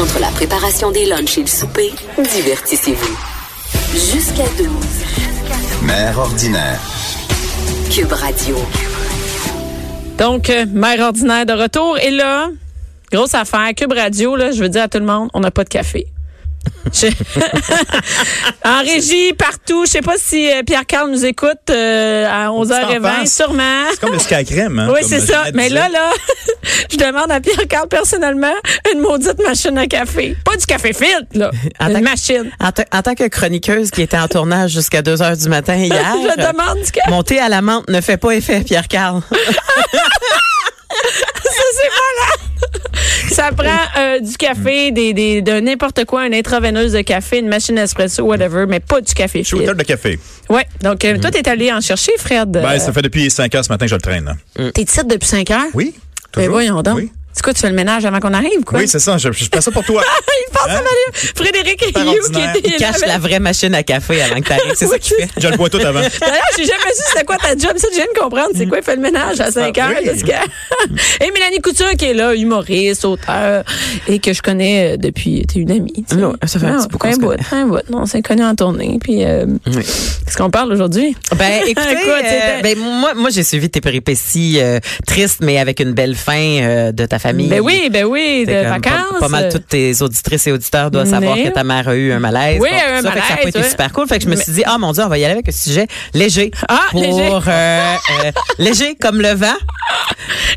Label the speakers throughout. Speaker 1: Entre la préparation des lunchs et le souper, divertissez-vous. Jusqu'à 12.
Speaker 2: Mère ordinaire.
Speaker 1: Cube Radio.
Speaker 3: Donc, euh, mère ordinaire de retour. Et là, grosse affaire, Cube Radio, là, je veux dire à tout le monde, on n'a pas de café. Je- en régie, partout. Je sais pas si euh, Pierre-Carl nous écoute euh, à
Speaker 4: s'en
Speaker 3: 11h20,
Speaker 4: passe.
Speaker 3: sûrement.
Speaker 4: C'est comme le ski à crème. Hein,
Speaker 3: Oui,
Speaker 4: comme
Speaker 3: c'est ça.
Speaker 4: Jeannette
Speaker 3: Mais
Speaker 4: disait.
Speaker 3: là, là, je demande à Pierre-Carl personnellement une maudite machine à café. Pas du café filtre, là.
Speaker 5: Attends.
Speaker 3: Une machine.
Speaker 5: En, ta- en tant que chroniqueuse qui était en tournage jusqu'à 2 heures du matin hier, euh,
Speaker 3: je demande du café.
Speaker 5: mon thé à la menthe ne fait pas effet, Pierre-Carl.
Speaker 3: Ça, c'est malade. Ça prend euh, du café, des, des, de n'importe quoi, une intraveineuse de café, une machine espresso, whatever, mais pas du café
Speaker 4: Shooter
Speaker 3: filtre.
Speaker 4: de café.
Speaker 3: Ouais. Donc, euh, toi, t'es allé en chercher, Fred.
Speaker 4: Ben, ça fait depuis 5 heures ce matin que je le traîne. hein.
Speaker 3: Euh, T'es titre depuis 5 heures?
Speaker 4: Oui.
Speaker 3: Mais
Speaker 4: toujours.
Speaker 3: Ben, voyons donc.
Speaker 4: Oui,
Speaker 3: C'est quoi, tu fais le ménage avant qu'on arrive, quoi?
Speaker 4: Oui, c'est ça. Je, je fais ça pour toi.
Speaker 3: Il pense à
Speaker 4: Hein?
Speaker 3: Marie- Frédéric et
Speaker 4: Super
Speaker 3: Hugh qui
Speaker 4: ordinaire.
Speaker 3: étaient
Speaker 4: Il
Speaker 3: là
Speaker 5: Cache
Speaker 3: avec-
Speaker 5: la vraie machine à café avant que t'arrives. C'est ça qu'il fait.
Speaker 4: je le bois tout avant.
Speaker 3: D'ailleurs, j'ai jamais su c'était quoi ta job. Ça, je viens de comprendre. C'est quoi, il fait le ménage à 5 heures.
Speaker 4: Ah oui.
Speaker 3: parce que- Et Mélanie Couture qui est là, humoriste, auteur, et que je connais euh, depuis... T'es une amie. tu sais.
Speaker 5: Ouais, ça fait un
Speaker 3: Non,
Speaker 5: petit bout qu'on
Speaker 3: un
Speaker 5: se
Speaker 3: bout,
Speaker 5: connaît.
Speaker 3: un bout. Non, on s'est connus en tournée. Puis, euh, qu'est-ce qu'on parle aujourd'hui?
Speaker 5: Ben, écoutez,
Speaker 3: Quoi, t'es-
Speaker 5: euh, ben, moi, moi j'ai suivi tes péripéties euh, tristes, mais avec une belle fin euh, de ta famille.
Speaker 3: Ben oui, ben oui, de
Speaker 5: C'est comme pas-
Speaker 3: vacances.
Speaker 5: Pas, mal toutes tes auditrices et auditeurs doivent savoir
Speaker 3: Mais-
Speaker 5: que ta mère a eu un malaise.
Speaker 3: Oui,
Speaker 5: bon,
Speaker 3: un
Speaker 5: tout ça, fait que ça a
Speaker 3: malaise,
Speaker 5: pas été
Speaker 3: ouais.
Speaker 5: super cool. Fait que je me
Speaker 3: Mais-
Speaker 5: suis dit, ah mon Dieu, on va y aller avec un sujet léger.
Speaker 3: Ah,
Speaker 5: pour,
Speaker 3: léger.
Speaker 5: euh, euh, léger comme le vent.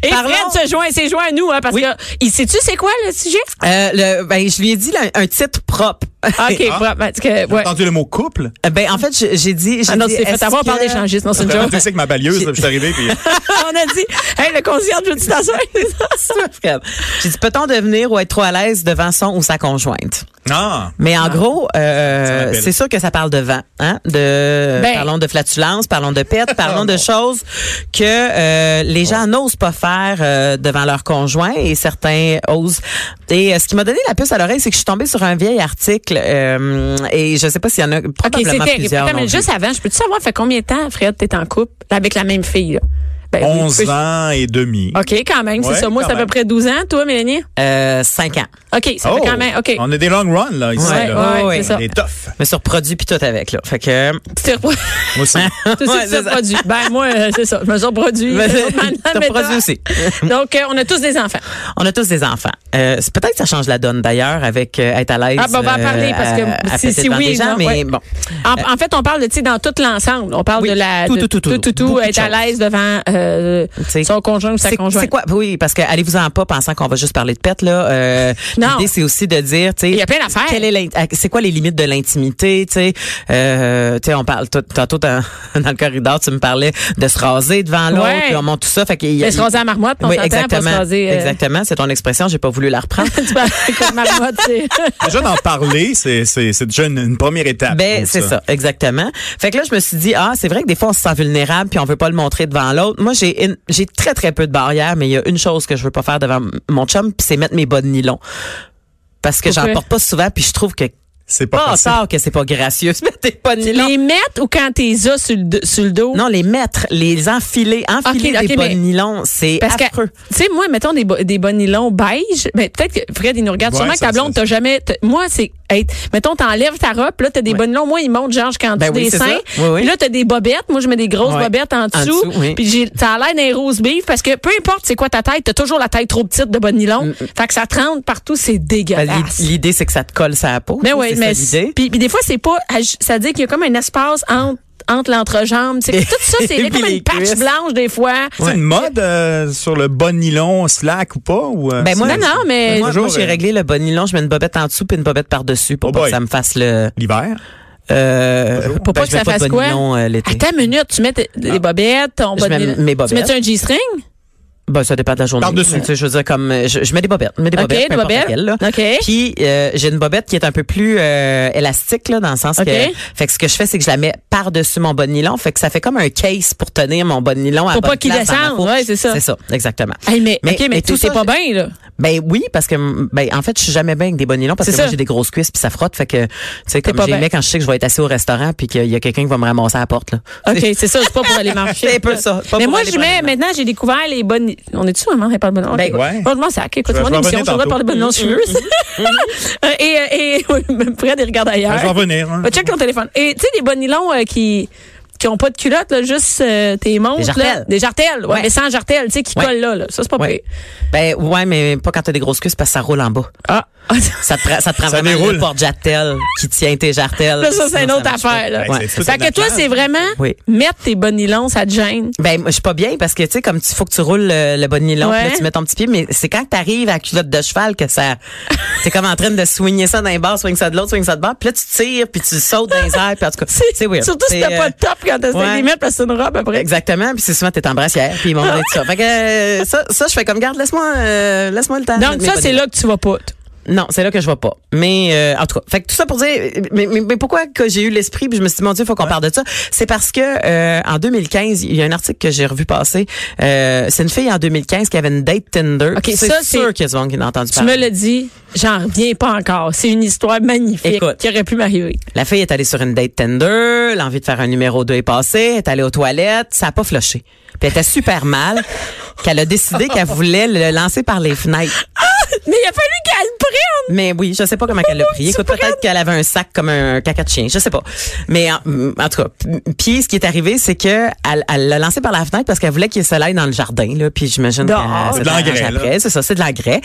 Speaker 3: Et
Speaker 5: Parlons-
Speaker 3: Fred se joint, s'est joint à nous, hein, parce
Speaker 5: Oui.
Speaker 3: que, il sait-tu c'est quoi le sujet?
Speaker 5: Euh, le, ben, je lui ai dit là, un titre propre.
Speaker 3: OK, propre, parce que,
Speaker 4: J'ai
Speaker 3: ouais.
Speaker 4: entendu le mot couple.
Speaker 5: ben, en fait, je- j'ai dit. j'ai
Speaker 3: Ah non,
Speaker 5: dit,
Speaker 3: c'est fait
Speaker 5: est-ce
Speaker 3: avoir par
Speaker 5: que-
Speaker 3: l'échangiste, non, c'est une
Speaker 4: J'avais
Speaker 3: joke.
Speaker 4: dit ça avec ma balieuse. Je suis arrivé. Puis...
Speaker 3: On a dit, hey, le concierge, veux-tu t'asseoir?
Speaker 5: C'est ça, Fred. J'ai dit, peut-on devenir ou être trop à l'aise devant son ou sa conjointe?
Speaker 4: Ah,
Speaker 5: Mais en gros, euh,
Speaker 4: m'appelle.
Speaker 5: c'est sûr que ça parle de vent, hein? De
Speaker 3: Ben.
Speaker 5: parlons de flatulence, parlons de pète, parlons de choses que euh, les gens n'osent pas faire euh, devant leur conjoint et certains osent. Et euh, ce qui m'a donné la puce à l'oreille, c'est que je suis tombée sur un vieil article euh, et je sais pas s'il y en a
Speaker 3: OK,
Speaker 5: probablement
Speaker 3: c'était.
Speaker 5: plusieurs.
Speaker 3: Attends, mais
Speaker 5: non plus.
Speaker 3: juste avant, je peux-tu savoir, fait combien de temps, Fred, t'es en couple là, avec la même fille? Là? Ben,
Speaker 4: 11
Speaker 3: peux-
Speaker 4: ans et demi.
Speaker 3: OK, quand même, c'est
Speaker 4: Ouais,
Speaker 3: ça. Moi,
Speaker 4: quand
Speaker 3: c'est à peu
Speaker 4: même. Oh!
Speaker 3: près 12 ans. Toi, Mélanie?
Speaker 5: Euh, cinq ans.
Speaker 3: OK, ça fait quand même. OK.
Speaker 4: On a des long runs, là, ici.
Speaker 5: Ouais,
Speaker 4: là.
Speaker 5: ouais, ouais,
Speaker 3: c'est ça.
Speaker 4: On est tough.
Speaker 5: Me suis reproduit puis tout avec là. Fait que euh,
Speaker 3: Tu t'es repro-
Speaker 4: Moi aussi.
Speaker 3: tu sais,
Speaker 5: Ouais,
Speaker 3: tu t'es
Speaker 5: c'est ça.
Speaker 3: reproduit. Ben, moi, euh, c'est ça. Je me suis reproduit.
Speaker 5: Ben,
Speaker 3: C'est normal,
Speaker 5: t'as
Speaker 3: mais
Speaker 5: reproduit
Speaker 3: toi-
Speaker 5: aussi.
Speaker 3: Donc, euh, on a tous des enfants.
Speaker 5: On a tous des enfants. Euh, c'est- Peut-être que ça change la donne d'ailleurs avec euh, être à l'aise.
Speaker 3: Ah, ben, on va en
Speaker 5: euh,
Speaker 3: parler, parce que
Speaker 5: à- à
Speaker 3: si-
Speaker 5: péter
Speaker 3: si
Speaker 5: devant
Speaker 3: oui,
Speaker 5: des gens,
Speaker 3: non,
Speaker 5: mais
Speaker 3: ouais.
Speaker 5: bon.
Speaker 3: En, en fait, on parle de, tu sais, dans tout l'ensemble. On parle
Speaker 5: Oui,
Speaker 3: de la.
Speaker 5: tout,
Speaker 3: de-
Speaker 5: tout, tout, tout. Beaucoup de
Speaker 3: être à
Speaker 5: choses.
Speaker 3: l'aise devant euh,
Speaker 5: sais.
Speaker 3: son conjoint ou sa
Speaker 5: C'est-
Speaker 3: conjointe.
Speaker 5: C'est quoi? Oui, parce que allez-vous-en pas pensant qu'on va juste parler de pète, là. Euh,
Speaker 3: Non.
Speaker 5: L'idée, c'est aussi de dire, tu sais.
Speaker 3: Il y a plein d'affaires.
Speaker 5: quelle est l'int- C'est quoi les limites de l'intimité, tu sais? Euh, tu sais, on parle tout- tantôt dans, dans le corridor, tu me parlais de se raser devant l'autre,
Speaker 3: Ouais.
Speaker 5: puis on monte tout ça. Fait qu'il y a.
Speaker 3: Mais se raser à marmotte, on
Speaker 5: oui,
Speaker 3: s'entend, pas se
Speaker 5: exactement.
Speaker 3: raser, euh,
Speaker 5: Exactement. C'est ton expression. J'ai pas voulu la reprendre.
Speaker 3: Tu parles comme Marmotte, c'est-
Speaker 4: Déjà d'en parler, c'est c'est- c'est déjà une, une première étape. je
Speaker 5: Ben,
Speaker 4: trouve
Speaker 5: c'est ça. exactement. Fait que là, je me suis dit, ah, c'est vrai que des fois, on se sent vulnérable puis on veut pas le montrer devant l'autre. Moi, j'ai une- j'ai très, très peu de barrières, mais il y a une chose que je veux pas faire devant m- mon chum, puis c'est mettre mes bas de nylon. Parce que j'en
Speaker 3: Pourquoi?
Speaker 5: porte pas souvent, puis je trouve que
Speaker 4: C'est pas
Speaker 3: Ah,
Speaker 5: pas
Speaker 4: possible.
Speaker 5: tard que c'est pas gracieux de mettre tes bas de nylon.
Speaker 3: Les mettre ou quand t'es as sur le, do- sur le dos?
Speaker 5: Non, les mettre, les enfiler, enfiler
Speaker 3: Ok, ok,
Speaker 5: des bas de
Speaker 3: mais-
Speaker 5: nylon, c'est
Speaker 3: Parce que,
Speaker 5: affreux.
Speaker 3: tu sais, moi, mettons des, bo- des bas nylons beige, mais peut-être que Fred, il nous regarde
Speaker 4: Ouais,
Speaker 3: sûrement que
Speaker 4: ça,
Speaker 3: ta blonde,
Speaker 4: ça,
Speaker 3: t'as jamais, t'as- moi, c'est, hey, mettons, t'enlèves ta robe, là, t'as des bas nylons, moi, ils montent, genre, jusqu'en
Speaker 5: Ben
Speaker 3: dessous
Speaker 5: oui,
Speaker 3: des
Speaker 5: c'est
Speaker 3: seins.
Speaker 5: ça. Oui, oui.
Speaker 3: Puis là, t'as des bobettes, moi, je mets des grosses
Speaker 5: Ouais.
Speaker 3: bobettes en
Speaker 5: En
Speaker 3: dessous.
Speaker 5: dessous, oui.
Speaker 3: Puis j'ai, ça a l'air d'un rose beef, parce que peu importe c'est quoi ta taille, t'as toujours la taille trop petite de bas nylon. Fait que ça te rentre partout, c'est
Speaker 5: Mm, Ben, l'i-
Speaker 3: dégueulasse.
Speaker 5: L'idée, c'est que ça te colle sur la peau.
Speaker 3: Ah, Mais
Speaker 5: tu sais,
Speaker 3: oui,
Speaker 5: c'est
Speaker 3: mais
Speaker 5: ça, l'idée.
Speaker 3: puis, puis des fois c'est pas aj- ça veut dire qu'il y a comme un espace entre entre l'entrejambe, c'est tout ça c'est il y a
Speaker 5: Puis
Speaker 3: comme une
Speaker 5: les
Speaker 3: patch
Speaker 5: cuisses.
Speaker 3: blanche des fois.
Speaker 4: C'est une mode euh, sur le bon nylon slack ou pas? Ou, euh,
Speaker 5: Ben, moi,
Speaker 4: c'est-
Speaker 3: Non non, mais
Speaker 5: Moi,
Speaker 4: Toujours,
Speaker 5: moi, j'ai
Speaker 4: euh,
Speaker 5: réglé le bas de nylon, je mets une bobette en dessous puis une bobette par-dessus pour
Speaker 4: Oh
Speaker 5: pas que
Speaker 4: boy.
Speaker 5: ça me fasse le...
Speaker 4: L'hiver?
Speaker 5: Euh,
Speaker 4: Bonjour.
Speaker 3: Pour pas
Speaker 5: ben,
Speaker 3: que
Speaker 5: je mets
Speaker 3: ça
Speaker 5: pas de
Speaker 3: fasse
Speaker 5: bas de
Speaker 3: quoi?
Speaker 5: nylon, euh, l'été.
Speaker 3: Attends une minute, tu mets tes- les bobettes, ton
Speaker 5: Je
Speaker 3: bas de
Speaker 5: mets
Speaker 3: nylon.
Speaker 5: mes
Speaker 3: Tu mets
Speaker 5: bobettes.
Speaker 3: un G-string?
Speaker 5: Ben, ça dépend de la journée.
Speaker 4: Par-dessus.
Speaker 5: Tu sais, Je veux dire, comme, euh, je, je mets des bobettes. Je mets des
Speaker 3: OK,
Speaker 5: bobettes, peu
Speaker 3: des
Speaker 5: importe
Speaker 3: bobettes.
Speaker 5: laquelle, là.
Speaker 3: OK.
Speaker 5: Puis, euh, j'ai une bobette qui est un peu plus euh, élastique, là, dans le sens
Speaker 3: OK.
Speaker 5: que... Fait que ce que je fais, c'est que je la mets par-dessus mon bon nylon. Fait que ça fait comme un case pour tenir mon bon nylon à
Speaker 3: Faut
Speaker 5: la bonne
Speaker 3: pas qu'il
Speaker 5: place dans ma
Speaker 3: descende.
Speaker 5: peau.
Speaker 3: Ouais, c'est ça.
Speaker 5: C'est ça, exactement.
Speaker 3: Hey, mais, OK, mais, tout,
Speaker 5: ça,
Speaker 3: c'est pas bien, là.
Speaker 5: Ben oui, parce que ben en fait, je suis jamais bien avec des bonnets longs parce
Speaker 3: C'est
Speaker 5: que moi
Speaker 3: ça.
Speaker 5: j'ai des grosses cuisses puis ça frotte fait que tu sais comme
Speaker 3: pas
Speaker 5: j'ai
Speaker 3: bien.
Speaker 5: aimé quand je sais que je vais être assis au restaurant puis qu'il y a quelqu'un qui va me ramasser à la porte là.
Speaker 3: OK,
Speaker 5: C'est-
Speaker 3: c'est ça, c'est pas pour aller marcher.
Speaker 5: C'est un peu ça, pas
Speaker 3: Mais
Speaker 5: pour
Speaker 3: moi,
Speaker 5: aller
Speaker 3: je mets,
Speaker 5: bonnement.
Speaker 3: maintenant, j'ai découvert les bonnes. On est-tu vraiment? On parle de bonnes.
Speaker 5: Ben,
Speaker 4: ouais.
Speaker 3: Moi, c'est OK. Écoute, c'est
Speaker 4: Je vais-
Speaker 3: mon
Speaker 4: je vais
Speaker 3: émission.
Speaker 4: revenir
Speaker 3: Je devrais
Speaker 4: tantôt.
Speaker 3: parler de bonnes, je suis heureuse.
Speaker 5: Mhm.
Speaker 3: Et, euh, et, oui, même près des
Speaker 5: Ben,
Speaker 3: regards
Speaker 4: Je
Speaker 3: ailleurs.
Speaker 4: vais revenir. hein.
Speaker 3: Va Bah, check ton téléphone. Et tu sais, des bonnets nylons euh, qui qui ont pas de culotte, là, juste euh, tes montres. là.
Speaker 5: Des jartelles.
Speaker 3: Des jartelles, ouais,
Speaker 5: Ouais.
Speaker 3: mais sans jartelles, tu sais, qui
Speaker 5: Ouais.
Speaker 3: collent là, là. Ça, c'est pas
Speaker 5: Ouais.
Speaker 3: pire.
Speaker 5: Ben ouais, mais pas quand t'as des grosses cuisses parce que ça roule en bas.
Speaker 3: Ah.
Speaker 5: Ça te prend, ça te prend
Speaker 4: Ça
Speaker 5: vraiment
Speaker 4: déroule.
Speaker 5: le porte-jartel qui tient tes jartelles.
Speaker 3: Là, ça, c'est une
Speaker 5: Sinon,
Speaker 3: autre
Speaker 5: marche pas.
Speaker 3: affaire. Là.
Speaker 4: Ben, c'est tout
Speaker 3: Fait
Speaker 4: un
Speaker 3: que toi,
Speaker 4: affaire.
Speaker 3: c'est vraiment
Speaker 5: Oui.
Speaker 3: mettre tes bonnes nylons, ça te gêne.
Speaker 5: Ben, moi, je suis pas bien parce que, tu sais, comme tu faut que tu roules le, le bon nylon,
Speaker 3: Ouais.
Speaker 5: puis là, tu mets ton petit pied, mais c'est quand tu arrives à la culotte de cheval que ça. T'es comme en train de swinguer ça d'un bord, swing ça de l'autre, swing ça de bord, puis là, tu tires, puis tu sautes dans les airs, puis en tout cas, c'est weird.
Speaker 3: Surtout si
Speaker 5: C'est,
Speaker 3: t'as pas de
Speaker 5: euh,
Speaker 3: top quand t'as
Speaker 5: ouais.
Speaker 3: ouais. mettre parce que c'est une robe après.
Speaker 5: Exactement, puis c'est souvent t'es en brassière, puis ils m'ont donné tout ça. Fait que euh, ça, ça je fais comme garde, laisse-moi euh, laisse-moi le temps. de
Speaker 3: Donc,
Speaker 5: mettre
Speaker 3: ça,
Speaker 5: mes
Speaker 3: c'est
Speaker 5: bonnets.
Speaker 3: là que tu vas pas. t-
Speaker 5: Non, c'est là que je vois pas. Mais euh, en tout cas, fait que tout ça pour dire, mais, mais, mais pourquoi que j'ai eu l'esprit, puis je me suis dit mon Dieu, faut qu'on parle de ça. C'est parce que euh, en 2015, il y a un article que j'ai revu passer. Euh, c'est une fille en 2015 qui avait une date Tinder.
Speaker 3: Ok, ça,
Speaker 5: c'est
Speaker 3: c'est-
Speaker 5: sûr qu'il y a du monde qui n'a entendu
Speaker 3: Tu me
Speaker 5: parler.
Speaker 3: l'as dit, j'en reviens pas encore. C'est une histoire magnifique
Speaker 5: Écoute.
Speaker 3: qui aurait pu m'arriver.
Speaker 5: La fille est allée sur une date Tinder, l'envie de faire un numéro 2 est passée, elle est allée aux toilettes, ça a pas floché. Puis elle était super mal qu'elle a décidé qu'elle voulait le lancer par les fenêtres.
Speaker 3: Mais il a fallu qu'elle le prenne.
Speaker 5: Mais oui, je sais pas comment elle l'a pris.
Speaker 3: Tu
Speaker 5: Écoute, peut-être qu'elle avait un sac comme un caca de chien, je sais pas. Mais en, mm, en tout cas, p- puis ce qui est arrivé, c'est que elle elle l'a lancé par la fenêtre parce qu'elle voulait qu'il y ait soleil dans le jardin là, puis j'imagine
Speaker 3: Dehors.
Speaker 5: qu'elle
Speaker 4: C'est
Speaker 5: s'est
Speaker 4: de l'engrais,
Speaker 5: arrangée
Speaker 4: là.
Speaker 5: après, c'est ça, c'est de l'engrais.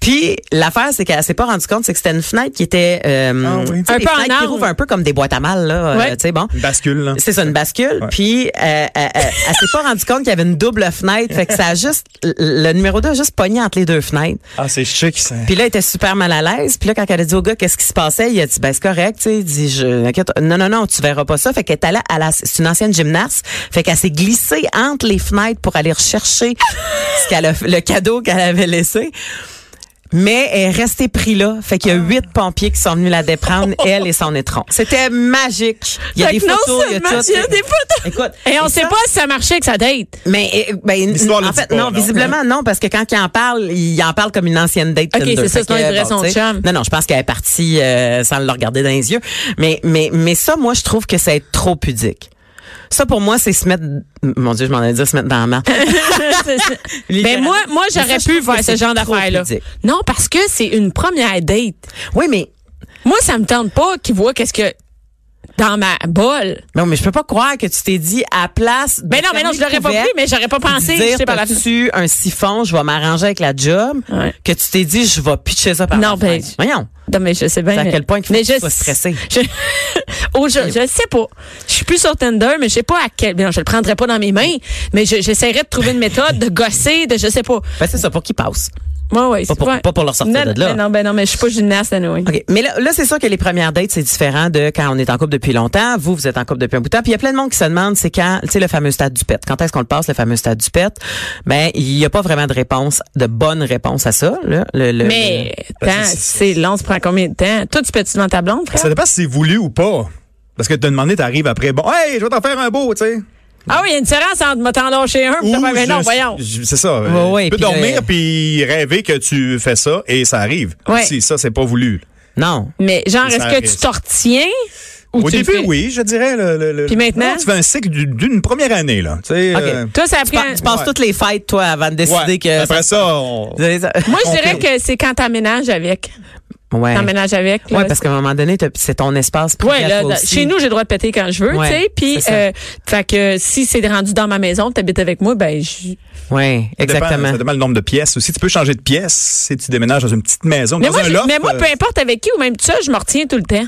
Speaker 5: Puis l'affaire c'est qu'elle s'est pas rendue compte c'est que c'était une fenêtre qui était euh,
Speaker 4: Ah oui.
Speaker 5: tu sais,
Speaker 3: Un
Speaker 5: des
Speaker 3: peu en
Speaker 5: fenêtres qui
Speaker 3: angle.
Speaker 5: rouvent un peu comme des boîtes à mal là,
Speaker 3: Ouais.
Speaker 5: euh, tu sais bon.
Speaker 4: Une bascule, là.
Speaker 5: C'est ça, une bascule.
Speaker 4: Ouais.
Speaker 5: Puis, euh, euh, euh, elle s'est pas rendue compte qu'il y avait une double fenêtre. Fait que ça a juste, le numéro 2 a juste pogné entre les deux fenêtres.
Speaker 4: Ah, c'est chic, ça.
Speaker 5: Puis là, elle était super mal à l'aise. Puis là, quand elle a dit au gars qu'est-ce qui se passait, il a dit, ben, c'est correct, tu sais. Il dit, je, inquiète, non, non, non, tu verras pas ça. Fait qu'elle est allée à la, c'est une ancienne gymnaste. Fait qu'elle s'est glissée entre les fenêtres pour aller rechercher ce qu'elle a, le cadeau qu'elle avait laissé. Mais elle est restée pris là. Fait qu'il y a
Speaker 3: Ah.
Speaker 5: huit pompiers qui sont venus la déprendre, elle et son étron. C'était magique. Il y a
Speaker 3: Fait
Speaker 5: des
Speaker 3: que non
Speaker 5: photos, il y a
Speaker 3: seulement
Speaker 5: tout.
Speaker 3: il y a des photos.
Speaker 5: Écoute.
Speaker 3: Et on
Speaker 5: et
Speaker 3: sait
Speaker 5: ça-
Speaker 3: pas si ça marchait avec sa date.
Speaker 5: mais eh, ben,
Speaker 4: L'histoire le
Speaker 5: en
Speaker 4: dit
Speaker 5: fait,
Speaker 4: pas,
Speaker 5: non,
Speaker 4: non?
Speaker 5: visiblement non, parce que quand il en parle, il en parle comme une ancienne date.
Speaker 3: Ok,
Speaker 5: Tinder.
Speaker 3: c'est ça,
Speaker 5: Fait
Speaker 3: sinon
Speaker 5: que,
Speaker 3: il dirait son
Speaker 5: tu sais,
Speaker 3: chum.
Speaker 5: Non, non, je pense qu'elle est partie euh, sans le regarder dans les yeux. Mais, mais, mais ça, moi, je trouve que c'est être trop pudique. Ça, pour moi, c'est se mettre. Mon Dieu, je m'en allais dire se mettre dans la marque.
Speaker 3: C'est ça. ben moi, moi j'aurais
Speaker 5: Mais ça, je
Speaker 3: pu
Speaker 5: trouve
Speaker 3: faire
Speaker 5: que
Speaker 3: ce
Speaker 5: c'est
Speaker 3: genre
Speaker 5: trop
Speaker 3: d'affaires-là.
Speaker 5: pudique.
Speaker 3: Non, parce que c'est une première date.
Speaker 5: Oui, mais.
Speaker 3: Moi, ça me tente pas qu'ils voient qu'est-ce que dans ma bolle.
Speaker 5: Non, mais je peux pas croire que tu t'es dit à place. de
Speaker 3: Ben non, mais non,
Speaker 5: fermer
Speaker 3: je l'aurais pas
Speaker 5: couvert,
Speaker 3: pris, mais j'aurais pas pensé.
Speaker 5: dire,
Speaker 3: jeter par la fenêtre.
Speaker 5: tu un siphon, je vais m'arranger avec la job,
Speaker 3: Ouais.
Speaker 5: que tu t'es dit, je vais pitcher ça par
Speaker 3: Non,
Speaker 5: la
Speaker 3: ben,
Speaker 5: fenêtre. Voyons.
Speaker 3: Non, mais je sais bien.
Speaker 5: C'est à
Speaker 3: mais-
Speaker 5: quel point qu'il faut
Speaker 3: mais
Speaker 5: que tu
Speaker 3: je-
Speaker 5: sois stressé.
Speaker 3: Je, Oh, je, je sais pas. Je suis plus sur Tinder, mais je sais pas à quel. Non, je le prendrais pas dans mes mains, mais je- j'essaierais de trouver une méthode, de gosser, de je sais pas.
Speaker 5: Ben, c'est ça, pour qu'il passe.
Speaker 3: Moi, ouais, c'est
Speaker 5: pour- pas pour leur sortir
Speaker 3: non,
Speaker 5: de là.
Speaker 3: ben Non, ben non, mais je suis pas gymnaste, anyway.
Speaker 5: OK. Mais là, là c'est sûr que les premières dates, c'est différent de quand on est en couple depuis longtemps. Vous, vous êtes en couple depuis un bout de temps. Puis il y a plein de monde qui se demande, c'est quand, tu sais, le fameux stade du pet. Quand est-ce qu'on le passe, le fameux stade du pet? Ben, il n'y a pas vraiment de réponse, de bonne réponse à ça. Là. Le, le-
Speaker 3: Mais,
Speaker 4: Ben,
Speaker 3: attends,
Speaker 4: c'est-
Speaker 3: c'est long, ça prend combien de temps? Toi, tu peux-tu dans ta blonde, frère?
Speaker 4: Ça dépend si c'est voulu ou pas. Parce que t'as demandé, t'arrives après, bon, hey, je vais t'en faire un beau, tu sais.
Speaker 3: Ah oui, il y a une différence entre me t'en lâcher un, pis t'as pas- ben non,
Speaker 4: je-
Speaker 3: voyons.
Speaker 4: je- C'est ça.
Speaker 5: Ouais, ouais,
Speaker 4: tu peux
Speaker 5: puis
Speaker 4: dormir
Speaker 5: le-
Speaker 3: euh,
Speaker 4: puis rêver que tu fais ça et ça arrive.
Speaker 3: Ouais.
Speaker 4: Si ça, c'est pas voulu.
Speaker 5: le- Non.
Speaker 3: Mais genre,
Speaker 4: Ça
Speaker 3: est-ce que tu
Speaker 4: risque.
Speaker 3: t'en retiens? Ou
Speaker 4: Au
Speaker 3: tu le
Speaker 4: début,
Speaker 3: fais?
Speaker 4: oui, je dirais. Le, le- le-
Speaker 3: Puis maintenant?
Speaker 4: Non, tu fais un cycle du- d'une première année, là. Tu sais,
Speaker 5: OK.
Speaker 4: euh,
Speaker 3: Toi, ça a
Speaker 5: Tu,
Speaker 3: pris
Speaker 5: pa-
Speaker 3: un-
Speaker 5: tu passes
Speaker 4: Ouais.
Speaker 5: toutes les fêtes, toi, avant de décider
Speaker 4: ouais.
Speaker 5: que...
Speaker 4: Après ça, on...
Speaker 3: Moi, je dirais
Speaker 4: On
Speaker 3: que c'est quand t'emménages avec.
Speaker 5: Ouais.
Speaker 3: T'emménages avec. là,
Speaker 5: Ben, Ouais, parce qu'à un moment donné, t'as- c'est ton espace privé
Speaker 3: Ouais,
Speaker 5: à
Speaker 3: là,
Speaker 5: toi
Speaker 3: dans-
Speaker 5: aussi.
Speaker 3: chez nous, j'ai le droit de péter quand je veux,
Speaker 5: Ouais,
Speaker 3: tu sais. Puis,
Speaker 5: c'est ça.
Speaker 3: euh, fait que si c'est rendu dans ma maison, t'habites avec moi, ben, je...
Speaker 5: Ouais,
Speaker 4: Ça dépend-
Speaker 5: exactement.
Speaker 4: ça dépend le nombre de pièces aussi. Tu peux changer de pièce si tu déménages dans une petite maison.
Speaker 3: mais
Speaker 4: dans
Speaker 3: moi,
Speaker 4: un
Speaker 3: je-
Speaker 4: loft,
Speaker 3: mais moi,
Speaker 4: euh,
Speaker 3: peu importe avec qui ou même tout ça, je me retiens tout le temps.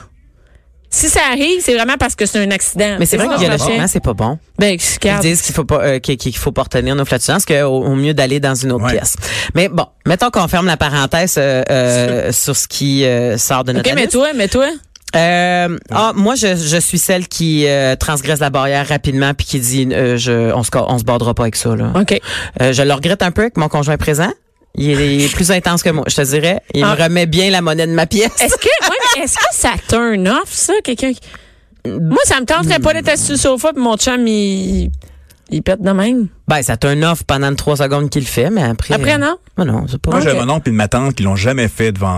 Speaker 3: Si ça arrive, c'est vraiment parce que c'est un accident.
Speaker 5: Mais c'est vrai
Speaker 3: ça,
Speaker 5: que
Speaker 3: je me retiens.
Speaker 5: biologiquement, c'est pas bon.
Speaker 3: Ben, je
Speaker 5: Ils
Speaker 3: garde.
Speaker 5: disent qu'il faut pas euh, qu'il qu'il faut pas retenir nos flatulences qu'au au mieux d'aller dans une autre
Speaker 4: Ouais.
Speaker 5: pièce. Mais bon, mettons qu'on ferme la parenthèse euh, euh, sur ce qui euh, sort de notre
Speaker 3: Ok, mais
Speaker 5: anus.
Speaker 3: toi, mais toi.
Speaker 5: Euh, ah, moi, je, je suis celle qui euh, transgresse la barrière rapidement puis qui dit euh, je, on se ca- on se bordera pas avec ça. Là.
Speaker 3: OK.
Speaker 5: Euh, je le regrette un peu avec mon conjoint présent. Il est, il est plus intense que moi, je te dirais. Il
Speaker 3: Ah.
Speaker 5: me remet bien la monnaie de ma pièce.
Speaker 3: Est-ce que, ouais, mais est-ce que ça turn off, ça, quelqu'un qui- Moi, ça me tenterait pas d'être assis sur le sofa puis mon chum, il, il pète de même.
Speaker 5: Ben, ça t'a un off pendant les trois secondes qu'il le fait, mais après.
Speaker 3: Après, non? Ah,
Speaker 5: Ben non, c'est pas.
Speaker 4: Moi, j'ai
Speaker 3: Ok.
Speaker 4: mon oncle et ma tante qui l'ont jamais fait devant.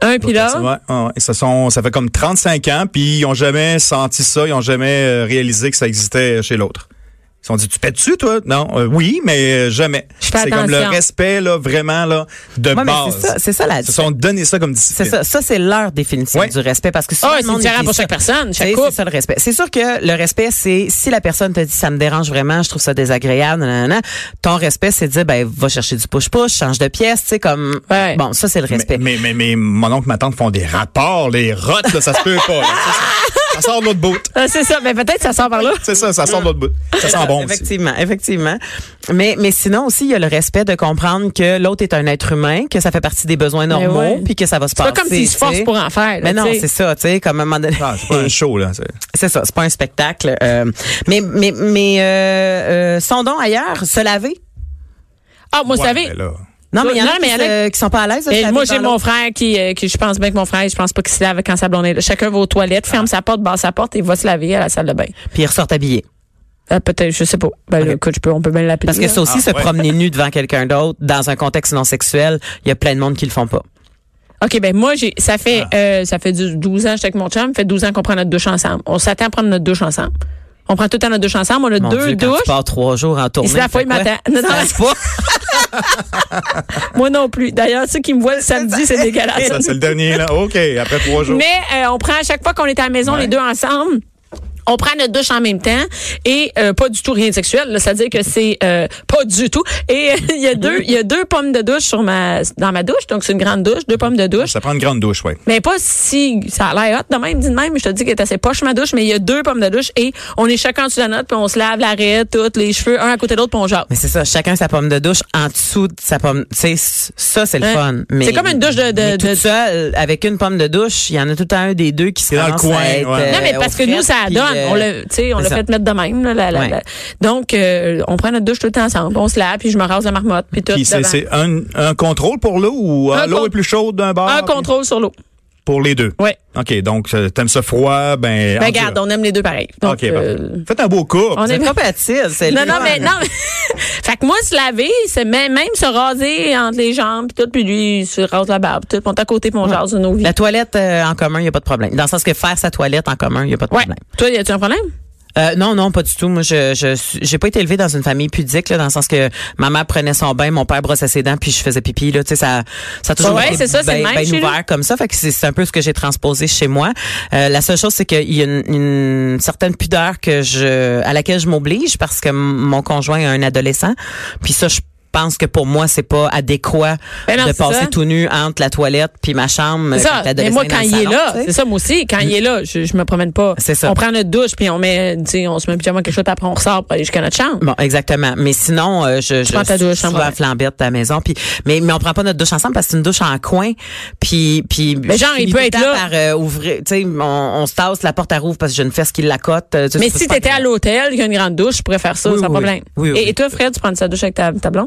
Speaker 3: Un
Speaker 4: d'autres
Speaker 3: pilote?
Speaker 4: personnes. Ouais, ouais, ouais. Ils se sont, ça fait comme 35 ans, puis ils ont jamais senti ça, ils ont jamais euh, réalisé que ça existait chez l'autre. Ils se sont dit, tu pètes-tu, toi? Non, euh, oui, mais euh, jamais.
Speaker 3: Je fais
Speaker 4: C'est comme le
Speaker 3: attention.
Speaker 4: respect, là, vraiment, là, de
Speaker 5: Ouais, mais
Speaker 4: base.
Speaker 5: c'est ça, c'est ça la
Speaker 4: Ils se sont donné ça comme
Speaker 5: C'est
Speaker 4: discipline.
Speaker 5: ça, ça c'est leur définition
Speaker 4: Ouais.
Speaker 5: du respect parce que
Speaker 3: Ah,
Speaker 5: souvent,
Speaker 3: c'est
Speaker 5: le monde
Speaker 3: différent
Speaker 5: utilise
Speaker 3: pour chaque personne, chaque
Speaker 5: Tu sais,
Speaker 3: couple.
Speaker 5: C'est ça le respect. C'est sûr que le respect c'est si la personne te dit ça me dérange vraiment, je trouve ça désagréable, nanana, ton respect c'est de dire ben va chercher du push-push, change de pièce, tu sais comme
Speaker 3: Ouais.
Speaker 5: bon, ça c'est le respect.
Speaker 4: Mais, mais, mais, mais mon oncle et ma tante font des rapports, les rottes, là, ça se peut pas. là. Ça, ça- ça sort de l'autre bout.
Speaker 3: Ah, c'est ça. Mais peut-être ça sort par là.
Speaker 4: C'est ça, ça sort de l'autre bout. Ça sent bon aussi.
Speaker 5: Effectivement, effectivement. Mais, mais sinon aussi, il y a le respect de comprendre que l'autre est un être humain, que ça fait partie des besoins
Speaker 3: Mais
Speaker 5: normaux,
Speaker 3: Ben ouais.
Speaker 5: puis que ça va se
Speaker 3: C'est
Speaker 5: passer.
Speaker 3: pas comme s'ils se
Speaker 5: tu sais.
Speaker 3: forcent pour en faire. là,
Speaker 5: Mais non,
Speaker 3: tu sais.
Speaker 5: c'est ça, tu sais, comme à un moment donné.
Speaker 4: Ah, c'est pas un show, là. c'est-
Speaker 5: C'est ça, c'est pas un spectacle. euh, mais mais, mais euh, euh, sondons ailleurs, se laver.
Speaker 3: Ah, moi, vous
Speaker 4: Ouais,
Speaker 3: savez.
Speaker 4: mais là,
Speaker 5: Non, mais il y en
Speaker 3: Non,
Speaker 5: a
Speaker 3: mais
Speaker 5: qui,
Speaker 3: il y en a-
Speaker 5: se- qui sont pas à l'aise. de se
Speaker 3: Et
Speaker 5: laver
Speaker 3: moi,
Speaker 5: dans
Speaker 3: j'ai
Speaker 5: l'eau.
Speaker 3: mon frère qui, euh, qui, je pense bien que mon frère, je pense pas qu'il se lave quand sa blonde est là. Chacun va aux toilettes,
Speaker 5: Ah.
Speaker 3: ferme sa porte, barre sa porte et va se laver à la salle de bain.
Speaker 5: Puis ils ressortent habillés.
Speaker 3: Ah, peut-être, je sais pas. Ben, là, écoute, je peux, on peut bien l'appeler.
Speaker 5: Parce que
Speaker 3: là.
Speaker 5: ça aussi,
Speaker 4: Ah,
Speaker 5: se
Speaker 4: ouais.
Speaker 5: promener nu devant quelqu'un d'autre, dans un contexte non sexuel, il y a plein de monde qui le font pas.
Speaker 3: OK, ben moi, j'ai ça fait
Speaker 5: Ah.
Speaker 3: euh, ça fait du- 12 ans que j'étais avec mon chum, ça fait 12 ans qu'on prend notre douche ensemble. On s'attend à prendre notre douche ensemble. On prend tout le temps notre douche ensemble, on a
Speaker 5: Mon
Speaker 3: deux
Speaker 5: Dieu, quand tu
Speaker 3: douches.
Speaker 5: pars trois jours en tournée.
Speaker 3: se lave
Speaker 5: tu fais
Speaker 3: pas le
Speaker 5: quoi?
Speaker 3: matin. Non, non.
Speaker 5: Tu te laves pas.
Speaker 3: Moi non plus. D'ailleurs, ceux qui me voient le samedi, c'est dégueulasse.
Speaker 4: Ça, c'est le dernier, là. OK, après trois jours.
Speaker 3: Mais euh, on prend à chaque fois qu'on est à la maison, les deux ensemble. On prend notre douche en même temps et euh, pas du tout rien de sexuel. là. C'est-à-dire que c'est euh, pas du tout. Et euh, il y a deux, il y a deux pommes de douche sur ma dans ma douche, donc c'est une grande douche, deux pommes de douche.
Speaker 4: Ça prend une grande douche, ouais.
Speaker 3: Mais pas si ça a l'air hot de même, dis de même, mais je te dis qu'elle est assez poche ma douche, mais il y a deux pommes de douche et on est chacun sous la note, puis on se lave l'arrêt, toutes les cheveux, un à côté de l'autre, puis on jase.
Speaker 5: Mais c'est ça, chacun sa pomme de douche en dessous de sa pomme. Tu sais, c- ça, c'est le
Speaker 3: Ouais.
Speaker 5: fun. Mais,
Speaker 3: Hein? C'est comme une douche de- de-
Speaker 5: mais
Speaker 3: de-
Speaker 5: toute seule, avec une pomme de douche, il y en a tout le temps un des deux qui se
Speaker 4: C'est dans le
Speaker 5: commence à
Speaker 4: coin,
Speaker 5: être,
Speaker 4: ouais.
Speaker 5: euh,
Speaker 3: Non, mais parce
Speaker 5: aux
Speaker 3: que nous,
Speaker 5: frettes,
Speaker 3: ça
Speaker 5: puis,
Speaker 3: donne.
Speaker 5: euh,
Speaker 3: on l'a, tu sais, on
Speaker 5: c'est
Speaker 3: l'a
Speaker 5: ça.
Speaker 3: fait mettre de même. Là, la- la-
Speaker 5: Ouais.
Speaker 3: la- Donc, euh, on prend notre douche tout le temps ensemble. On se lave, puis je me rase la marmotte, puis tout.
Speaker 4: Puis c'est,
Speaker 3: devant.
Speaker 4: c'est un, un contrôle pour l'eau ou
Speaker 3: Un
Speaker 4: euh, l'eau
Speaker 3: con-
Speaker 4: est plus chaude d'un bar?
Speaker 3: Un
Speaker 4: puis-
Speaker 3: contrôle sur l'eau.
Speaker 4: Pour les deux.
Speaker 3: Ouais.
Speaker 4: OK, donc euh, t'aimes ça froid, ben.
Speaker 3: Ben, regarde, on aime les deux pareils. Donc,
Speaker 4: OK, parfait.
Speaker 3: euh,
Speaker 4: Faites un beau couple.
Speaker 3: on
Speaker 5: C'est
Speaker 3: est-
Speaker 5: compatible, c'est
Speaker 3: Non,
Speaker 5: le
Speaker 3: non,
Speaker 5: fun.
Speaker 3: mais non. mais- fait que moi, se laver, c'est même, même se raser entre les jambes, puis tout, puis lui, il se rase la barbe, puis tout, puis on est à côté, puis on jase de nos vies.
Speaker 5: La toilette euh, en commun, il n'y a pas de problème. Dans le sens que faire sa toilette en commun, il n'y a pas de
Speaker 3: Ouais.
Speaker 5: problème.
Speaker 3: Toi, y a-tu un problème?
Speaker 5: Euh, non, non, pas du tout. Moi, je, je, suis- j'ai pas été élevée dans une famille pudique, là, dans le sens que ma mère prenait son bain, mon père brossait ses dents, puis je faisais pipi, là, tu sais, ça, ça a toujours
Speaker 3: Ouais,
Speaker 5: été
Speaker 3: c'est ça, c'est le
Speaker 5: ben-
Speaker 3: même
Speaker 5: ben
Speaker 3: chez nous.
Speaker 5: ouvert comme ça. Fait que c'est, c'est un peu ce que j'ai transposé chez moi. Euh, la seule chose, c'est qu'il y a une, une certaine pudeur que je, à laquelle je m'oblige parce que m- mon conjoint est un adolescent. Puis ça, je pense que pour moi, c'est pas adéquat
Speaker 3: Ben non,
Speaker 5: de
Speaker 3: c'est
Speaker 5: passer
Speaker 3: ça.
Speaker 5: tout nu entre la toilette puis ma chambre.
Speaker 3: C'est ça.
Speaker 5: quand l'adolescent
Speaker 3: Mais moi,
Speaker 5: dans
Speaker 3: quand
Speaker 5: le
Speaker 3: il est
Speaker 5: salon,
Speaker 3: là,
Speaker 5: tu sais.
Speaker 3: c'est ça, moi aussi, quand il est là, je, je me promène pas.
Speaker 5: C'est ça.
Speaker 3: On prend notre douche, puis on met, tu sais, on se met un pyjama, quelque chose, puis après, on ressort pour aller jusqu'à notre chambre.
Speaker 5: Bon, exactement. Mais sinon, euh, je, je
Speaker 3: prends ta douche,
Speaker 5: suis souvent
Speaker 3: en vrai.
Speaker 5: flambette à la maison. Puis, mais, mais on prend pas notre douche ensemble parce que c'est une douche en coin. Puis, puis
Speaker 3: Mais Ben, genre,
Speaker 5: je
Speaker 3: il
Speaker 5: finis
Speaker 3: peut
Speaker 5: tout le
Speaker 3: être
Speaker 5: temps
Speaker 3: là.
Speaker 5: Par, euh, ouvrir, tu sais, on, on se tasse, la porte à rouvre parce que j'ai une fesse qui la cote. euh, tu sais,
Speaker 3: Mais
Speaker 5: c'est
Speaker 3: si
Speaker 5: pas
Speaker 3: t'étais
Speaker 5: très-
Speaker 3: à l'hôtel, il y a une grande douche, je pourrais faire ça,
Speaker 5: Oui,
Speaker 3: sans
Speaker 5: oui, oui.
Speaker 3: problème.
Speaker 5: Oui, oui,
Speaker 3: et,
Speaker 5: oui.
Speaker 3: et toi, Fred, tu prends sa douche avec ta, ta blonde?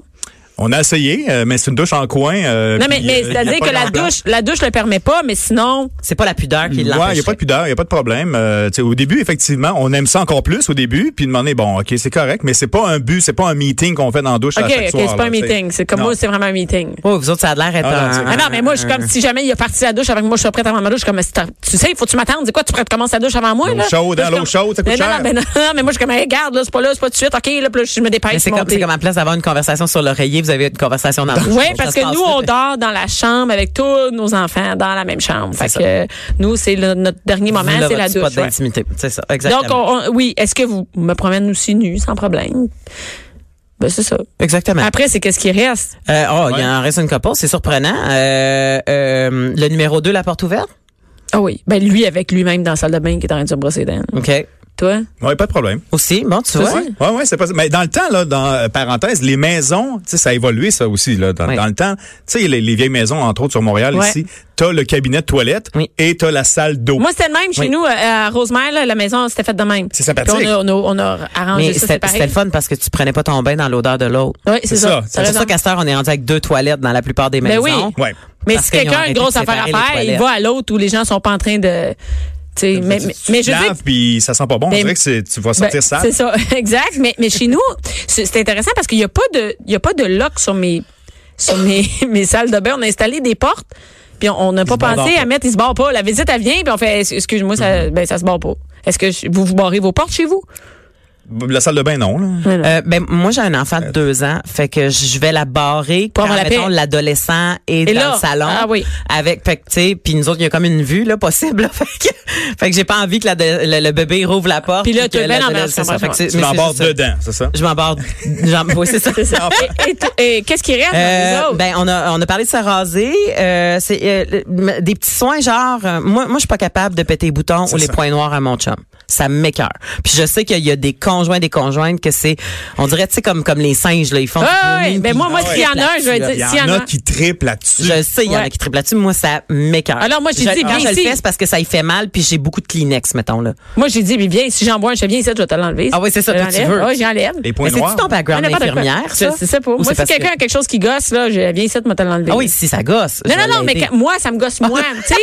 Speaker 4: On a essayé, euh, mais c'est une douche en coin. euh,
Speaker 3: non, mais,
Speaker 4: puis, euh,
Speaker 3: mais
Speaker 4: y a
Speaker 3: c'est-à-dire
Speaker 4: pas
Speaker 3: que la
Speaker 4: grand plan.
Speaker 3: douche, la douche le permet pas, mais sinon,
Speaker 5: C'est pas la pudeur qui
Speaker 4: Ouais, il n'y a
Speaker 5: l'empêche.
Speaker 4: pas de pudeur, il n'y a pas de problème. Euh, tu sais, au début, effectivement, on aime ça encore plus au début, puis demander, bon, OK, c'est correct, mais c'est pas un but, c'est pas un meeting qu'on fait dans la douche
Speaker 3: OK,
Speaker 4: à chaque
Speaker 3: OK,
Speaker 4: soir,
Speaker 3: c'est pas
Speaker 4: là,
Speaker 3: un
Speaker 4: tu sais.
Speaker 3: meeting. C'est comme
Speaker 4: Non.
Speaker 3: moi, c'est vraiment un meeting.
Speaker 5: Oh, vous autres, ça a l'air d'être
Speaker 4: Ah, non,
Speaker 5: un,
Speaker 4: c'est-
Speaker 3: Ah non, mais moi, je suis comme si jamais il a parti la douche avec moi, je suis prête avant ma douche. Je suis Comme, si t'as- tu sais, faut que tu m'attendes. C'est quoi, tu prêtes commencer la douche avant moi?
Speaker 4: L'eau
Speaker 3: là?
Speaker 4: chaude,
Speaker 3: Là, je
Speaker 4: hein, l'eau
Speaker 3: comme-
Speaker 4: chaude, ça coûte
Speaker 3: Mais non,
Speaker 4: cher.
Speaker 3: Non, mais non, non, mais moi, je suis comme, hey, regarde, là, c'est pas là, c'est pas tout de suite. OK, là, puis là, je me
Speaker 5: Mais
Speaker 3: dépêche.
Speaker 5: c'est comme,
Speaker 3: monter.
Speaker 5: c'est comme en place d'avoir une conversation sur l'oreiller, vous avez une conversation dans le
Speaker 3: Oui, parce que nous, on dort dans la chambre avec tous nos enfants dans la même chambre. Fait
Speaker 5: ça.
Speaker 3: que euh, nous, c'est le- notre dernier moment, c'est la
Speaker 5: pas
Speaker 3: douche. ouais.
Speaker 5: d'intimité. C'est ça, exactement.
Speaker 3: Donc, on- on- oui, est-ce que vous me promène aussi nu, sans problème? Ben, c'est ça.
Speaker 5: Exactement.
Speaker 3: Après, c'est qu'est-ce qui reste?
Speaker 5: Euh, oh, il
Speaker 4: Ouais.
Speaker 5: y en reste une couple, c'est surprenant. Euh, euh, le numéro 2, la porte ouverte? Mm.
Speaker 3: Ah oui, ben lui avec lui-même dans la salle de bain qui est en train de se brosser les dents.
Speaker 5: OK.
Speaker 3: toi?
Speaker 4: Oui, pas de problème.
Speaker 5: Aussi, bon, tu vois.
Speaker 4: Oui, ouais, ouais, c'est pas Mais dans le temps, là, dans euh, parenthèse, les maisons, tu sais, ça a évolué, ça aussi, là. Dans,
Speaker 5: Oui.
Speaker 4: dans le temps, tu sais, les, les vieilles maisons, entre autres sur Montréal,
Speaker 3: Ouais.
Speaker 4: ici, t'as le cabinet de toilette
Speaker 5: Oui.
Speaker 4: et t'as la salle d'eau.
Speaker 3: Moi, c'était le même chez
Speaker 5: Oui.
Speaker 3: nous, euh, à Rosemère, là, la maison, c'était faite de même.
Speaker 4: C'est sympathique.
Speaker 3: Puis On a, on a- on a arrangé
Speaker 5: Mais
Speaker 3: ça
Speaker 5: c'était
Speaker 3: séparé.
Speaker 5: c'était le fun parce que tu prenais pas ton bain dans l'odeur de l'autre.
Speaker 3: Oui, c'est
Speaker 4: C'est
Speaker 3: ça.
Speaker 4: ça.
Speaker 3: T'as
Speaker 4: C'est
Speaker 5: C'est
Speaker 3: raison.
Speaker 5: pour ça qu'à cette heure, on est rendu avec deux toilettes dans la plupart des
Speaker 3: Ben
Speaker 5: maisons.
Speaker 3: oui.
Speaker 4: Ouais.
Speaker 3: Mais
Speaker 5: Parce
Speaker 3: si
Speaker 5: qu'ils ont
Speaker 3: quelqu'un a une
Speaker 5: arrêté de
Speaker 3: grosse affaire à
Speaker 5: séparer les
Speaker 3: faire, il
Speaker 5: toilettes.
Speaker 3: va à l'autre où les gens sont pas en train de. tu sais, Mais, mais,
Speaker 4: Tu-
Speaker 3: mais
Speaker 4: tu
Speaker 3: je
Speaker 4: laves,
Speaker 3: sais
Speaker 4: puis ça sent pas bon.
Speaker 3: Ben,
Speaker 4: on dirait que c'est- tu vas
Speaker 3: Ben,
Speaker 4: sentir ça.
Speaker 3: C'est ça, exact. Mais, mais chez nous, c'est c'est intéressant parce qu'il n'y a pas de, il y a pas de lock sur mes, sur mes, mes salles de bain. On a installé des portes, puis on on n'a pas
Speaker 4: se barrent
Speaker 3: pensé
Speaker 4: pas.
Speaker 3: à mettre, ils se barrent pas. La visite, elle vient, puis on fait, excuse-moi,
Speaker 5: Mm-hmm.
Speaker 3: ça, ben, ça se barre pas. Est-ce que je- vous vous barrez vos portes chez vous?
Speaker 4: La salle de bain, non, là.
Speaker 5: Euh, ben, moi, j'ai un enfant de deux ans. Fait que je vais la barrer
Speaker 3: Pour
Speaker 5: quand,
Speaker 3: avoir la
Speaker 5: mettons,
Speaker 3: paix.
Speaker 5: l'adolescent est
Speaker 3: Et
Speaker 5: dans
Speaker 3: là,
Speaker 5: le salon.
Speaker 3: ah oui.
Speaker 5: Avec, fait que, tu sais, puis nous autres, il y a comme une vue, là, possible, là. Fait que, fait que j'ai pas envie que la- le, le bébé rouvre la porte.
Speaker 3: Puis là,
Speaker 5: que
Speaker 3: t'es bien en
Speaker 5: l'adolescent-
Speaker 3: merde, je comprends,
Speaker 5: Fait que c'est-
Speaker 4: Tu
Speaker 5: mais c'est
Speaker 4: l'embarres
Speaker 5: juste ça.
Speaker 4: dedans, c'est ça?
Speaker 5: Je m'embarre. j'en- oui, c'est ça.
Speaker 3: C'est ça. Et- et, t- et qu'est-ce qui reste dans les
Speaker 5: Euh,
Speaker 3: autres?
Speaker 5: ben on a on a parlé de se raser, euh, c'est euh, le- m- des petits soins genre euh, moi moi je suis pas capable de péter les boutons ou les
Speaker 4: ça.
Speaker 5: points noirs à mon chum. Ça m'écœure. Puis je sais qu'il y a des conjoints des conjointes que c'est on dirait tu sais comme comme les singes là, ils font
Speaker 3: Ah
Speaker 5: du
Speaker 3: ouais,
Speaker 5: vomi,
Speaker 3: ben
Speaker 5: puis
Speaker 3: moi, moi,
Speaker 5: ils
Speaker 3: s'il y en a un, je vais
Speaker 5: là.
Speaker 4: Il y
Speaker 3: S'il y
Speaker 4: en
Speaker 3: en
Speaker 4: a
Speaker 3: a-
Speaker 4: qui triplent là-dessus.
Speaker 5: Je sais, il y en
Speaker 3: Ouais.
Speaker 5: a qui triplent là-dessus, mais moi, ça m'écœure.
Speaker 3: Alors, moi, j'ai
Speaker 5: je,
Speaker 3: dit,
Speaker 5: quand
Speaker 3: viens
Speaker 5: je le
Speaker 3: ici.
Speaker 5: fais, c'est parce que ça y fait mal, puis j'ai beaucoup de Kleenex, mettons, là.
Speaker 3: Moi, j'ai dit, mais viens, si j'en bois un, je te viens ici, je vais te l'enlever.
Speaker 5: Ah oui, c'est ça,
Speaker 3: Je
Speaker 5: toi, tu
Speaker 3: l'enlève.
Speaker 5: veux.
Speaker 3: Ouais, j'enlève.
Speaker 4: Les
Speaker 5: Mais
Speaker 4: points noirs.
Speaker 5: c'est-tu ton background
Speaker 3: Ah, n'importe quoi.
Speaker 5: d'infirmière,
Speaker 3: Je-
Speaker 5: ça?
Speaker 3: C'est ça pour
Speaker 5: Ou
Speaker 3: moi.
Speaker 5: c'est
Speaker 3: Si
Speaker 5: parce que-
Speaker 3: quelqu'un a quelque chose qui gosse, là, je viens ici, je vais te l'enlever.
Speaker 5: Ah oui, si ça gosse.
Speaker 3: Non,
Speaker 5: je vais
Speaker 3: non, non, mais
Speaker 5: l'aider.
Speaker 3: quand- moi, ça me gosse moi. tu sais,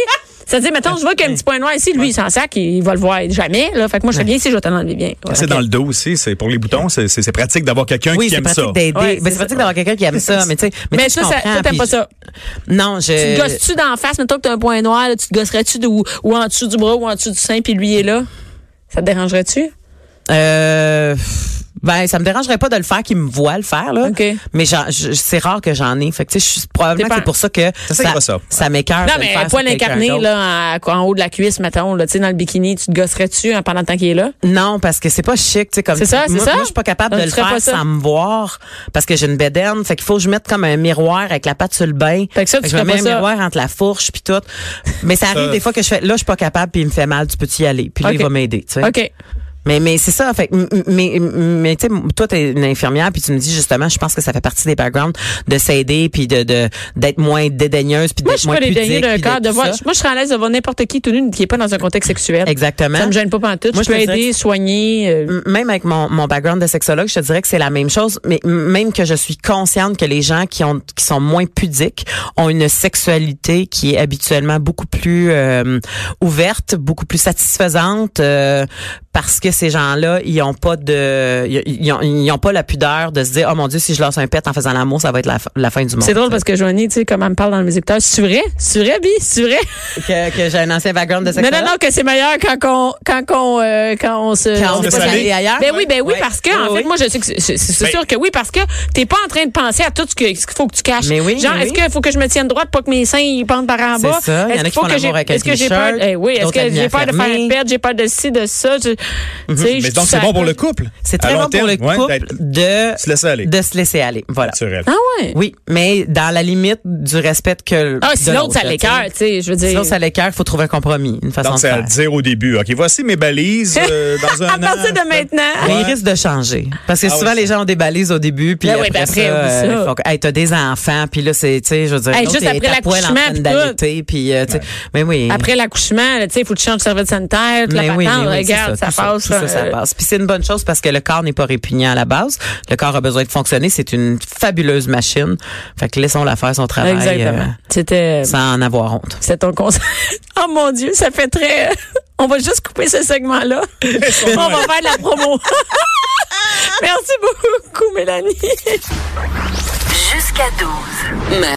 Speaker 3: c'est-à-dire, mettons, je vois qu'il y a un petit point noir ici, lui, il s'en sac, il, il va le voir jamais. Là, fait que moi, je fais bien ici, je vais t'en enlever bien. Ouais.
Speaker 4: C'est dans le dos aussi. C'est pour les boutons. c'est- C'est c'est pratique d'avoir quelqu'un
Speaker 5: Oui,
Speaker 4: qui
Speaker 5: c'est
Speaker 4: aime
Speaker 5: pratique
Speaker 4: ça.
Speaker 5: d'aider.
Speaker 3: Ouais,
Speaker 5: ben,
Speaker 3: c'est
Speaker 5: c'est pratique d'avoir quelqu'un qui aime ça, mais tu sais,
Speaker 3: Mais
Speaker 5: tu
Speaker 3: ça, ça-
Speaker 5: comprends,
Speaker 3: toi, t'aimes
Speaker 5: puis
Speaker 3: pas
Speaker 5: je-
Speaker 3: ça.
Speaker 5: Non, je.
Speaker 3: Tu te gosses-tu d'en face, mettons que t'as un point noir, là, tu te gosserais-tu de- ou, ou en dessous du bras ou en dessous du sein, puis lui est là? Ça te dérangerait-tu?
Speaker 5: Euh, ben, ça me dérangerait pas de le faire, qu'il me voit le faire, là.
Speaker 3: OK.
Speaker 5: Mais j'en- je- c'est rare que j'en ai. Fait que, tu sais, je suis- probablement
Speaker 3: Dépend.
Speaker 5: que c'est pour ça que
Speaker 4: ça qui va ça.
Speaker 5: ça m'écœure.
Speaker 3: Non,
Speaker 5: de le
Speaker 3: mais
Speaker 5: faire
Speaker 3: un poil
Speaker 5: sur quelqu'un
Speaker 3: incarné,
Speaker 5: d'autre.
Speaker 3: là, en, en haut de la cuisse, mettons, là, tu sais, dans le bikini, tu te gosserais-tu hein, pendant le temps qu'il est là?
Speaker 5: Non, parce que c'est pas chic, tu sais, comme
Speaker 3: C'est ça, c'est
Speaker 5: moi,
Speaker 3: ça?
Speaker 5: moi, je suis pas capable
Speaker 3: Donc,
Speaker 5: de
Speaker 3: tu
Speaker 5: le
Speaker 3: ferais
Speaker 5: faire
Speaker 3: pas ça?
Speaker 5: sans me voir parce que j'ai une bédaine. Fait qu'il faut que je mette comme un miroir avec la patte sur le bain.
Speaker 3: Fait que ça, tu
Speaker 5: je me
Speaker 3: ferais
Speaker 5: mets
Speaker 3: pas ça.
Speaker 5: un miroir entre la fourche puis tout. Mais ça arrive des fois que je fais, là, je suis pas capable puis il me fait mal, tu peux y aller. Puis là,
Speaker 3: OK.
Speaker 5: il va m'aider, tu sais.
Speaker 3: OK.
Speaker 5: Mais, mais c'est ça. Fait, que m- m- mais mais tu sais, m- toi, t'es une infirmière, puis tu me dis justement, je pense que ça fait partie des backgrounds de s'aider, puis de de- d'être moins dédaigneuse, puis
Speaker 3: Moi, je
Speaker 5: d'être
Speaker 3: suis
Speaker 5: moins
Speaker 3: pas les derniers
Speaker 5: pudique,
Speaker 3: d'un
Speaker 5: puis
Speaker 3: corps. De
Speaker 5: tout
Speaker 3: voir,
Speaker 5: ça.
Speaker 3: moi, je serais à l'aise de voir n'importe qui tout nu qui n'est pas dans un contexte sexuel.
Speaker 5: Exactement.
Speaker 3: Ça me gêne pas pantoute.
Speaker 5: Moi,
Speaker 3: je peux
Speaker 5: je te dirais
Speaker 3: aider,
Speaker 5: que-
Speaker 3: soigner. euh,
Speaker 5: M- Même avec mon, mon background de sexologue, je te dirais que c'est la même chose, mais m- même que je suis consciente que les gens qui ont qui sont moins pudiques ont une sexualité qui est habituellement beaucoup plus euh, ouverte, beaucoup plus satisfaisante euh, parce que ces gens-là, ils ont pas de ils, ils ont, ils ont pas la pudeur de se dire "Oh mon dieu, si je lance un pet en faisant l'amour, ça va être la, fin- la fin du monde."
Speaker 3: C'est drôle parce que Joanie, tu sais, comme elle me parle dans le musique c'est vrai, c'est vrai, Bi, c'est vrai.
Speaker 5: que, que j'ai un ancien background de
Speaker 3: Non,
Speaker 5: sexologue.
Speaker 3: non, non, que c'est meilleur quand qu'on, quand qu'on, euh, quand on se,
Speaker 5: Quand on
Speaker 3: se
Speaker 4: veut
Speaker 3: passe
Speaker 4: s'aller
Speaker 3: la-
Speaker 5: ailleurs.
Speaker 3: Ben oui, ben oui,
Speaker 5: Ouais.
Speaker 3: parce que,
Speaker 5: Oui,
Speaker 3: en fait,
Speaker 5: oui.
Speaker 3: moi, je sais que c'est- c'est c'est
Speaker 4: Ben-
Speaker 3: sûr que oui, parce que t'es pas en train de penser à tout ce que- ce qu'il faut que tu caches.
Speaker 5: Mais oui,
Speaker 3: Genre,
Speaker 5: mais
Speaker 3: est-ce
Speaker 5: oui.
Speaker 3: qu'il faut que je me tienne droite pour que mes seins, ils pendent par en
Speaker 5: C'est
Speaker 3: bas?
Speaker 5: ça, il y en a
Speaker 3: Est-ce qu'il
Speaker 5: qui
Speaker 3: faut
Speaker 5: font
Speaker 3: que
Speaker 5: l'amour
Speaker 3: j'ai,
Speaker 5: avec un
Speaker 3: est-ce que j'ai peur,
Speaker 5: t-shirt,
Speaker 3: eh oui, est-ce
Speaker 5: d'autres
Speaker 3: que
Speaker 5: habillés
Speaker 3: j'ai peur de faire une
Speaker 5: fermés.
Speaker 3: perte, j'ai peur de ci, de ça, je- tu sais, je-
Speaker 4: Mais donc, c'est
Speaker 3: ça-
Speaker 4: bon pour le couple.
Speaker 5: Mhm. C'est
Speaker 4: À
Speaker 5: très
Speaker 4: long
Speaker 5: bon pour
Speaker 4: terme,
Speaker 5: le
Speaker 4: ouais,
Speaker 5: couple
Speaker 4: d'être
Speaker 5: de
Speaker 4: se laisser aller.
Speaker 5: De se laisser aller. Voilà.
Speaker 4: naturel.
Speaker 3: Ah ouais?
Speaker 5: Oui, mais dans la limite du respect que
Speaker 3: Ah,
Speaker 5: de
Speaker 3: si l'autre, ça
Speaker 5: là,
Speaker 3: l'écœure, tu sais, je veux
Speaker 5: Sinon,
Speaker 3: dire.
Speaker 5: ça l'écœure, il faut trouver un compromis, une façon
Speaker 4: Donc,
Speaker 5: de
Speaker 4: c'est à
Speaker 5: faire.
Speaker 4: dire au début. OK, voici mes balises euh, dans un
Speaker 3: À partir
Speaker 4: an.
Speaker 3: de maintenant.
Speaker 5: Mais
Speaker 4: Ouais.
Speaker 5: il risque de changer. Parce que
Speaker 4: Ah oui,
Speaker 5: souvent,
Speaker 4: ça.
Speaker 5: les gens ont des balises au début, puis
Speaker 3: Ben oui,
Speaker 5: après,
Speaker 3: ben après,
Speaker 5: ça,
Speaker 3: oublie ça.
Speaker 5: euh, ils font que, hey, t'as des enfants, puis là, c'est, tu sais, je veux dire,
Speaker 3: Hey,
Speaker 5: l'autre
Speaker 3: juste
Speaker 5: est
Speaker 3: après
Speaker 5: à poil en
Speaker 3: l'accouchement,
Speaker 5: train
Speaker 3: puis
Speaker 5: d'allaiter, puis, euh, tu sais, mais oui.
Speaker 3: Après l'accouchement, là, tu sais, il faut que tu changes de serviette sanitaire, toute la
Speaker 5: Mais
Speaker 3: patente,
Speaker 5: Ben oui, mais oui, c'est
Speaker 3: regarde, ça,
Speaker 5: tout
Speaker 3: passe.
Speaker 5: tout ça, ça
Speaker 3: euh,
Speaker 5: passe. Puis c'est une bonne chose parce que le corps n'est pas répugnant à la base. Le corps a besoin de fonctionner. C'est une fabuleuse machine. Fait que laissons-la faire son travail
Speaker 3: Exactement.
Speaker 5: euh,
Speaker 3: C'était
Speaker 5: sans en avoir honte.
Speaker 3: c'est ton conseil. oh mon Dieu, ça fait très. On va juste couper ce segment-là. On va faire de la promo. Merci beaucoup, Mélanie.
Speaker 1: Jusqu'à 12.